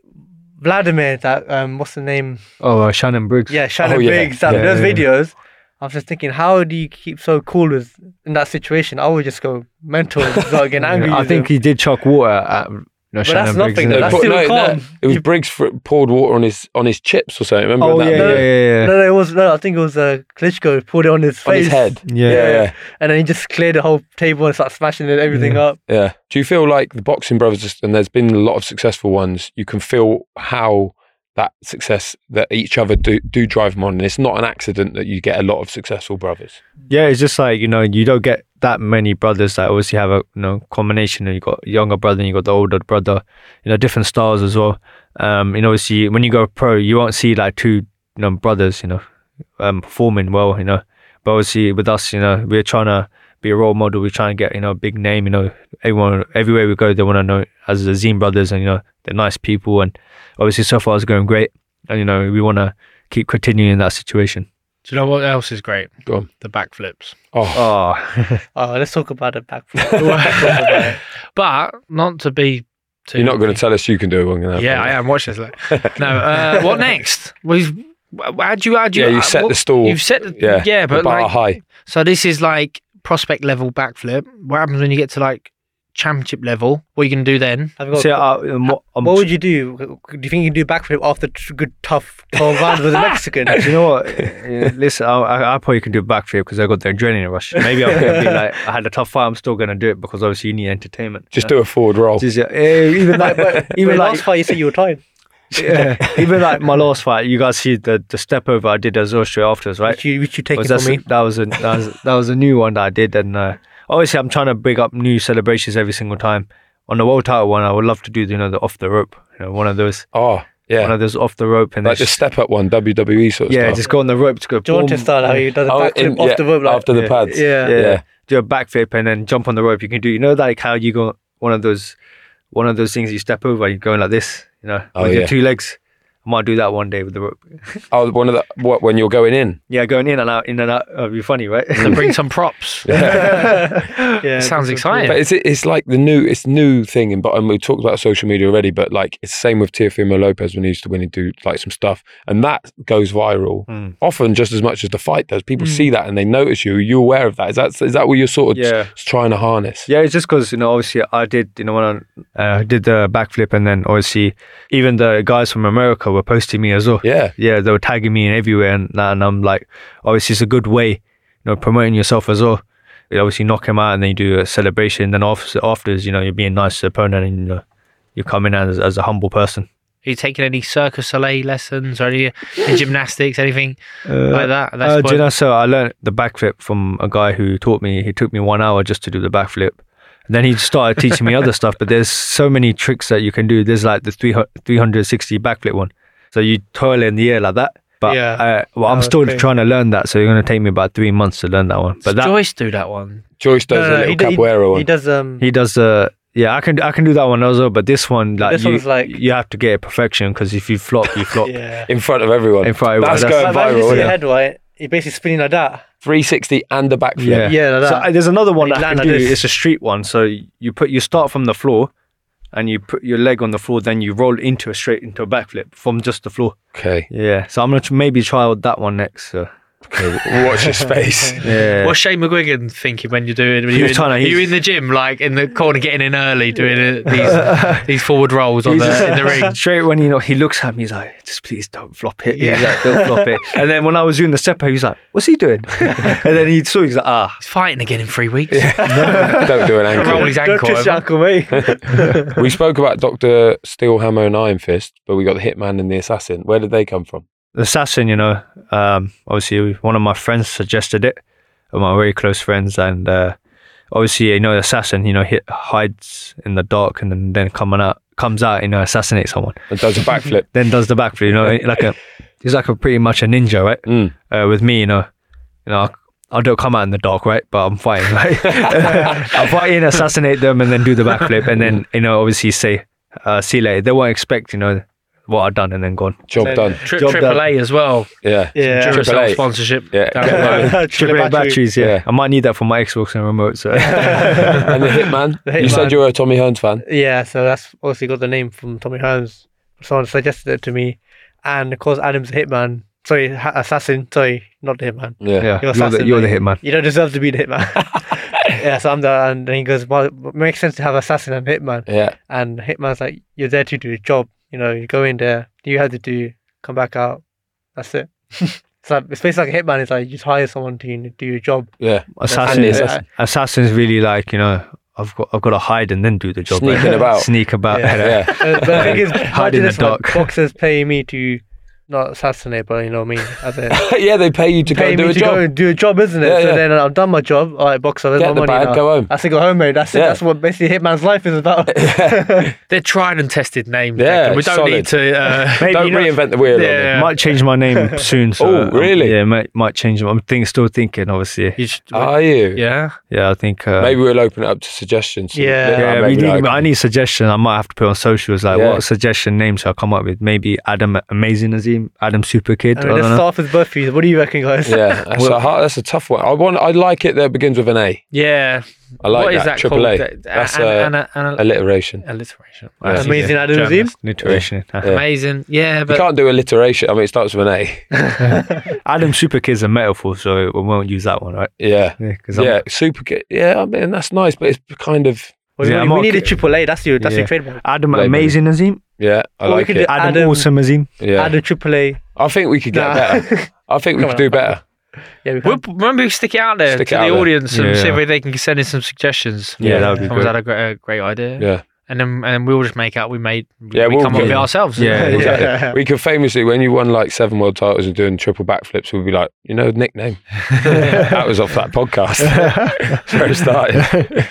E: Vladimir that um, what's the name?
C: <laughs> Oh, uh, Shannon Briggs.
E: Yeah, Shannon
D: Oh, yeah.
E: Biggs. That,
C: Yeah,
E: those
C: yeah, yeah.
E: videos. I was just thinking, how do you keep so cool with in that situation? I would just go mental, and start
C: <laughs>
E: getting angry.
C: I
E: with
C: think
E: them.
C: he did chuck water at you know, Shannon
E: that's
C: Briggs.
E: nothing,
C: innit?
E: though.
D: No,
E: That's
D: but-
E: still
D: no,
E: calm.
D: no, it was Briggs fr- poured water on his on his chips or something. Remember
C: oh
D: that?
C: yeah,
D: bit?
C: yeah, yeah, yeah.
E: no, no, it was no. I think it was uh, Klitschko poured it on his
D: On
E: face
D: his head.
C: Yeah.
D: yeah. yeah.
E: and then he just cleared the whole table and started smashing it, everything up.
D: Yeah. Do you feel like the boxing brothers, just- and there's been a lot of successful ones, you can feel how that success that each other do, do drive them on. And it's not an accident that you get a lot of successful brothers.
C: Yeah, it's just like you know, you don't get that many brothers that obviously have a you know combination. You got younger brother, and you got the older brother. You know, different styles as well. Um, you know, obviously when you go pro, you won't see like two you know brothers. You know, um, performing well. You know, but obviously with us, you know, we're trying to be a role model. We're trying to get you know a big name. You know, everyone everywhere we go, they want to know as the Zine brothers, and you know they're nice people. And obviously so far it's going great, and you know we want to keep continuing that situation.
A: Do you know what else is great?
D: Go on.
A: The backflips. <laughs>
D: Oh,
C: Oh, <laughs>
E: Oh, let's talk about it back.
A: But not to be too.
D: you're not going to tell us you can do one.
A: Yeah, I am. Watch this.
D: <laughs>
A: Look. No, uh, what next? Well, he's- how do you? How do you?
D: Yeah, you
A: uh,
D: set
A: what-
D: the stall.
A: You've set the
D: Yeah,
A: yeah,
D: the
A: but
D: bar
A: like,
D: high.
A: so this is like prospect level backflip. What happens when you get to like championship level? What are you gonna do then?
E: Have you got-
C: See, um, I, I'm, uh, I'm,
E: what would you do? Do you think you do backflip after t- good tough twelve rounds with a Mexican?
C: Do you know what? Uh, Listen, I, I I probably can do a backflip because I got the adrenaline rush. Maybe I'm gonna be like, I had a tough fight. I'm still gonna do it because obviously you need entertainment.
D: Just do a forward roll.
C: Just, yeah, eh, even like,
E: Even
C: even like,
E: last fight, you said you were tired.
C: yeah, even like my last fight, you guys see the, the step over I did as well straight afterwards, right?
E: Which you, which you take it
C: Was
E: from me.
C: that, that was a that was, that was a new one that I did, and uh, obviously I'm trying to bring up new celebrations every single time. On the world title one, I would love to do you know the off the rope, you know, one of those,
D: oh,
C: one
D: yeah.
C: of those off the rope, and
D: Like the
C: just,
D: step up one, WWE sort of
C: yeah,
D: style.
C: just go on the rope to go.
E: Jaunty
C: boom,
E: style, how you does a
D: Oh,
E: backflip
D: in-
E: off
D: yeah,
E: the rope. Like,
D: after the
C: Yeah.
D: pads.
E: yeah.
C: yeah.
D: Yeah.
C: do a backflip and then jump on the rope. You can do, you know, like how you go one of those, one of those things you step over. You're going like this, you know,
D: Oh,
C: with
D: yeah.
C: your two legs. I might do that one day with the rope.
D: Oh, one of the what when you're going in.
C: Yeah, going in and out, in and out. It'd be funny, right?
D: Mm.
A: And
D: <laughs>
A: bring some props.
E: yeah,
A: Sounds
E: that's
A: exciting.
D: But it's it's like the new it's new thing in and we talked about social media already, but like it's the same with Teofimo Lopez when he used to win and do like some stuff, and that goes viral
C: Mm.
D: often just as much as the fight does. People
E: Mm.
D: see that and they notice you. Are you aware of that? Is that is that what you're sort of
C: Yeah.
D: s- trying to harness?
C: <laughs> Yeah, it's just because you know, obviously, I did you know when I uh, did the backflip, and then obviously, even the guys from America were posting me as well.
D: Yeah,
C: yeah, they were tagging me in everywhere, and that, and I'm like, obviously, it's a good way, you know, promoting yourself as well. You obviously knock him out, and then you do a celebration. Then after, afters, you know, you're being nice to the opponent, and you know, you come in as, as a humble person.
A: Are you taking any circus soleil lessons or any, any gymnastics, anything like that? That's
C: Uh,
A: what-
C: do you know, so I learned the backflip from a guy who taught me. He took me one hour just to do the backflip. And then he started teaching me other <laughs> stuff, but there's so many tricks that you can do. There's like the 300 360 backflip one. So you twirl in the air like that, But
E: Yeah.
C: uh, well,
E: That
C: I'm
E: was
C: still
E: big.
C: trying to learn that, so you're going to take me about three months to learn that one. But that
A: Joyce do that one.
D: Joyce does a
E: he,
D: little
E: d- he-
D: capoeira
E: he
D: one.
E: does um
C: he does the yeah. I can I can do that one also, but this one like
E: This
C: you
E: one's like-
C: you have to get it perfection because if you flop,
E: <laughs>
C: you flop.
E: yeah.
D: in front of everyone.
C: In front of
D: That's
C: everyone,
D: going
E: Like, imagine
D: viral.
E: your
D: Yeah.
E: head right. You're basically spinning like that.
D: 360 and the backflip.
C: Yeah.
E: Yeah, like
C: So
E: that.
C: uh, there's another one
E: You
C: that I
E: land
C: can
E: like
C: do.
E: this.
C: It's a street one. So you put you start from the floor, and you put your leg on the floor, then you roll into a straight into a backflip from just the floor.
D: Okay.
C: Yeah. So I'm gonna tr- maybe try out that one next. So.
D: okay. w- Watch your space.
C: Yeah. <laughs>
A: What's Shane McGuigan thinking when you're doing? When
C: He
A: you're,
C: was
A: in,
C: trying to-
A: you in the gym, like in the corner, getting in early, doing uh,
C: <laughs>
A: these these forward rolls on
C: He's
A: the, in the
C: just-
A: ring.
C: Straight when you know he looks at me, he's like, "Just please don't flop it." Yeah, don't flop it. And then when I was doing the step, he was like, "What's he doing?" <laughs> and then he saw, he's like, "Ah,
A: He's fighting again in three weeks.
D: <laughs> Don't do an
A: Roll
D: ankle.
A: his
E: Don't
A: ankle
E: twist your
A: over.
E: ankle, mate.
D: we spoke about Dr. Steelhammer and Iron Fist, but we got the Hitman and the Assassin. Where did they come from?
C: the assassin." You know, um, obviously one of my friends suggested it, one of my very close friends, and uh, obviously you know, the assassin, you know, hit, hides in the dark and then, then coming out comes out, you know, assassinate someone,
D: And does a backflip.
C: then does the backflip, you know, like a he's like a pretty much a ninja, right?
D: Mm.
C: uh, with me, you know, you know, I, I don't come out in the dark, right? But I'm fighting. <laughs> Like, I fight in, assassinate them, and then do the backflip, and then you know, obviously say, uh, "See you later." They won't expect, you know, what I've done, and then gone.
D: Job
E: Then-
D: done.
A: Tri-
C: Job
A: Triple
C: done.
A: A as well.
D: <laughs> Yeah.
E: Yeah.
A: Duracell
D: Triple A.
A: sponsorship.
D: Yeah.
A: Down the
C: <laughs>
A: line.
C: Triple A batteries, yeah.
D: Yeah.
C: I might need that for my Xbox and remote. So <laughs>
D: and the Hitman.
E: The
D: You said
E: Hitman.
D: you were a Tommy Hearns fan.
E: Yeah, so that's obviously got the name from Tommy Holmes. Someone suggested it to me, and of course Adam's a hitman. Sorry, ha- assassin. Sorry, not the hitman.
D: Yeah.
C: yeah,
E: You're
C: you're, the,
E: assassin,
C: you're the
E: mate.
C: hitman.
E: You don't deserve to be the hitman. <laughs> yeah, so I'm the and then he goes, well, it makes sense to have assassin and hitman.
D: Yeah.
E: And hitman's like, you're there to do your job. You know, you go in there, do you have to do, come back out. That's it. <laughs> so it's basically like a hitman. It's like you just hire someone to do
D: <laughs>
E: your job.
D: Yeah.
C: Assassin,
D: the
C: assassin.
D: assassin.
C: Assassin's really like you know. I've got I've got to hide and then do the job.
D: Sneaking
C: right? <laughs>
D: about.
C: Sneak about.
E: Yeah.
C: you know.
D: Yeah.
E: Uh, but the thing is, how
C: Hide
E: did
C: in the
E: this one,
C: dark.
E: boxers pay me to not assassinate, but you know what I mean?
D: <laughs>
E: As a,
D: yeah, they pay you to
E: pay
D: go do
E: me
D: a
E: to go
D: job.
E: and do a job, isn't it?
D: Yeah,
E: so
D: yeah.
E: then I've done my job. All right, boxer, there's
D: Get
E: my
D: the
E: money now.
D: bag, go home.
E: That's it, go home, mate. That's it.
D: Yeah.
E: That's what basically Hitman's life
D: <laughs>
E: is about.
A: They're tried and tested names.
D: Yeah,
A: Declan. we don't
D: solid.
A: need to. Uh,
C: Maybe,
D: Don't
C: you know,
D: reinvent the wheel. on
A: Yeah.
C: <laughs>
D: them.
C: Might change my name soon. So
D: Oh,
C: um,
D: really?
C: yeah, might might change. I'm think, still thinking. Obviously,
A: <laughs> you should,
D: Are you?
A: yeah,
C: yeah. I think uh,
D: Maybe we'll open it up to suggestions.
E: Yeah.
C: Yeah,
D: maybe
C: we need,
D: not.
C: I need suggestions. I might have to put on socials like
D: Yeah.
C: what suggestion name shall I come up with? Maybe Adam Amazing Azim, Adam Super Kid.
E: I
C: I
E: mean, let's
C: don't know.
E: start off with BuzzFeed. What do you reckon, guys?
D: Yeah, that's, a hard, that's a tough one. I want. I like it that it begins with an A.
A: yeah.
D: I like
A: what is
D: that.
A: that
D: Triple
A: called?
D: A.
A: That-
D: That's uh,
A: an-
D: a-
A: an- an-
D: Alliteration.
A: alliteration.
D: Yeah.
E: Amazing Adam
A: Journalist.
E: Azim.
C: Alliteration.
D: Yeah.
A: Amazing. Yeah,
D: You
A: but
D: can't do alliteration. I mean, it starts with an A.
C: <laughs> Adam Super Kid's a metaphor, so we won't use that one, right?
D: Yeah.
C: Yeah, because
D: Yeah. Super. good. Yeah. I mean, that's nice, but it's kind of.
E: We,
C: Yeah,
E: we-
C: I'm
E: we
C: okay.
E: need a triple A. That's your that's
C: Yeah.
E: your trademark.
C: Adam
D: Label.
C: Amazing Azim,
D: Yeah. I
E: Well, we
D: like
E: could
D: it.
E: do-
C: Adam,
E: Adam-
C: Awesome Azim.
D: yeah.
E: Add a triple A.
D: I think we could get
E: Nah.
D: better. I think we
E: Come
D: could
E: on.
D: do better.
E: Yeah, we
A: we'll,
E: can't.
A: remember we stick it out there
D: Stick
A: to
D: it out
A: the
D: there.
A: audience and see
C: Yeah.
A: if they can send in some suggestions.
C: Yeah, that would be
A: Someone's had
C: good.
A: a great, a great idea.
D: Yeah.
A: And then and we'll just make out we made
D: Yeah,
A: we
D: we'll
A: come up
D: get-
A: with it ourselves.
C: Yeah,
A: yeah.
D: Exactly.
E: Yeah.
D: We could famously, when you won like seven world titles and doing triple backflips, we'd be like, you know, nickname. that was off that podcast. That's where it started.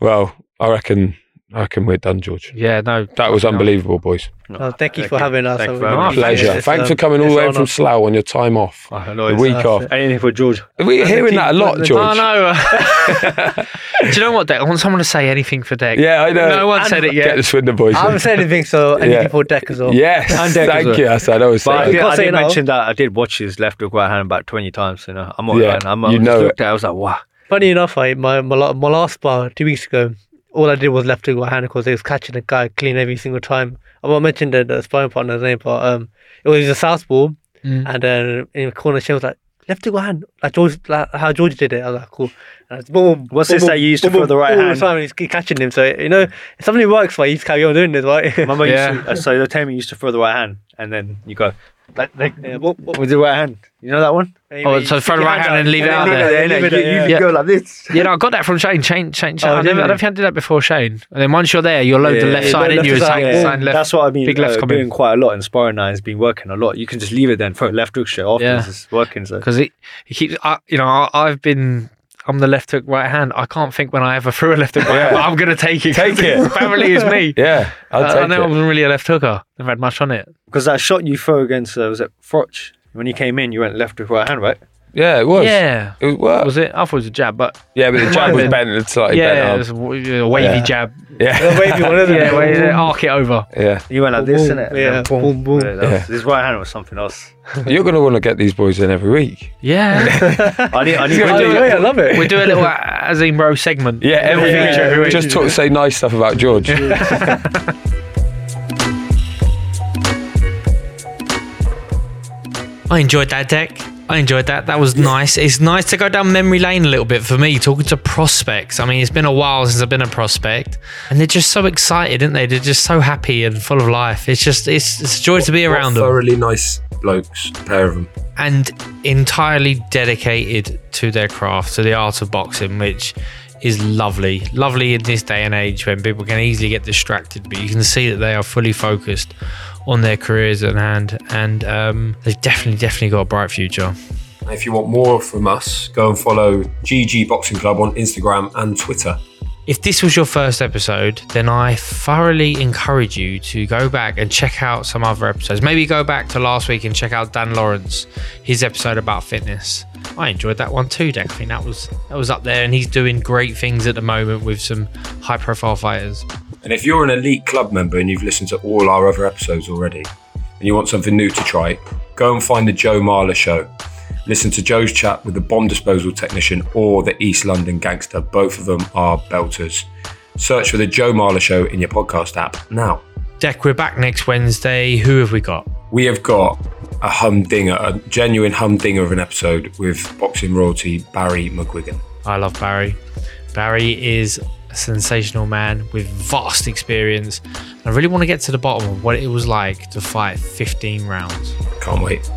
D: well, I reckon, I reckon we're done, George.
A: Yeah, no.
D: That was
A: no.
D: unbelievable, boys.
E: Oh, thank you for having us.
C: Thank
E: I
C: you
E: really
C: very
A: much.
E: appreciate it.
D: Pleasure.
E: It's,
D: Thanks
E: um,
D: for coming all the
E: it's
D: way
E: an
D: from
E: honour.
D: Slough on your time off.
C: oh,
D: The week off.
C: Anything for George.
D: We're hearing that a lot,
E: Pleasure.
A: Oh
D: George. <laughs>
A: no! Do you know what, Deck? I want someone to say anything for Deck.
D: Yeah, I know.
A: No one said it
D: Get <laughs>
A: yet.
D: the Swindon boys.
E: I haven't said anything, so anything
D: Yeah.
E: for deck as well.
D: Yes,
C: And Deck as
D: thank
C: well.
D: you. Yes, I know.
C: But I
E: You
C: did,
E: can't
C: I
E: say
C: did
E: no.
C: mention that I did watch his left hook right hand about 20 times, you know. I'm not
D: Yeah,
C: lying. I'm, I
D: you know
C: just looked at it, I was like, <laughs> wow.
E: Funny enough, I, my, my la- my last bar two weeks ago, all I did was left to go hand because they was catching a guy clean every single time. I won't mention the, the sparring partner's name, but um, it was a southpaw,
A: Mm.
E: and then in the corner she was like left to go hand like George like how George did it. I was like cool. And it's boom.
C: What's
E: boom,
C: this
E: boom,
C: that you used to
E: boom,
C: throw the
E: boom,
C: right
E: all
C: hand?
E: the time, and he's catching him. So you know, if something works, right, you just carry on doing this, right?
C: Remember,
A: Yeah.
C: you used to, uh, so the time you used to throw the right hand and then you go like, like
E: <laughs> Yeah, boom, boom.
C: with the right hand. You know that one?
A: Oh, so throw the right hand and leave it out there.
E: Yeah, leave it there, yeah.
A: Yeah.
C: go like this.
A: Yeah, no, I got that from Shane. Shane, Shane, Shane.
E: Oh,
A: I,
E: did
A: never, I
E: you?
A: don't think I did that before, Shane. And then once you're there, you'll load the
C: Yeah,
A: left
C: yeah,
A: side
E: yeah.
A: in you and
E: Left
A: sign,
E: side, yeah.
A: sign left.
C: That's what I mean.
A: Big left
C: uh,
A: coming.
C: doing quite a lot in sparring now. It's been working a lot. You can just leave it then, throw a left hook straight afterwards.
A: Yeah.
C: It's working. So.
A: because it, it keeps. I, you know, I, I've been. I'm the left hook, right hand. I can't think when I ever threw a left hook. Right hand, but I'm gonna take it.
D: Take it.
A: <laughs> Apparently, it's me.
D: <laughs> Yeah, I'll
A: Uh, I, I
D: take
A: know
D: it.
A: I'm really a left hooker. Never had much on it.
C: Because that shot you throw against, uh, was it Frotch? When you came in, you went left with right hand, right?
F: Yeah, it was.
G: Yeah.
F: It was,
G: Was it? I thought it was a jab, but
F: yeah, but the jab was bent, it's
D: Oh,
F: slightly
G: yeah, it
F: bent
G: was a w- a wavy
F: Yeah.
G: jab.
F: up.
G: <laughs>
F: Yeah,
E: Wavy one, isn't
G: Yeah,
E: it?
G: wavy, arc it over.
F: yeah.
C: You
A: Oh,
C: went like this,
E: Boom.
C: innit?
E: Yeah, boom, boom.
C: Yeah, that was-
F: Yeah.
C: This right hand was something else.
F: You're going to want to get these boys in every week.
G: Yeah,
C: I need, I need
F: You're
C: to
F: gonna
E: Either
C: do
E: way, I love it.
G: we do a little uh, Azim Bro segment.
F: Yeah, every
E: Yeah,
F: week.
E: every week.
F: Just talk, say nice stuff about George.
A: I enjoyed that deck. I enjoyed that. That was nice. It's nice to go down memory lane a little bit for me, talking to prospects. I mean, it's been a while since I've been a prospect, and they're just so excited, aren't they? They're just so happy and full of life. It's just, it's, it's a joy to be around them.
D: Thoroughly nice blokes, pair of them.
A: and entirely dedicated to their craft, to the art of boxing, which is lovely. Lovely in this day and age when people can easily get distracted, but you can see that they are fully focused on their careers at hand, and um, they've definitely, definitely got a bright future.
D: If you want more from us, go and follow GG Boxing Club on Instagram and Twitter.
A: If this was your first episode, then I thoroughly encourage you to go back and check out some other episodes. Maybe go back to last week and check out Dan Lawrence, his episode about fitness. I enjoyed that one too, Deck. I think that was that was up there, and he's doing great things at the moment with some high-profile fighters.
D: And if you're an elite club member and you've listened to all our other episodes already and you want something new to try, go and find the Joe Marler show. Listen to Joe's chat with the bomb disposal technician or the East London gangster. Both of them are belters. Search for the Joe Marler show in your podcast app now.
A: Deck, we're back next Wednesday. Who have we got?
D: We have got a humdinger, a genuine humdinger of an episode with boxing royalty Barry McGuigan.
A: I love Barry. Barry is a sensational man with vast experience. And I really want to get to the bottom of what it was like to fight 15 rounds.
D: Can't wait.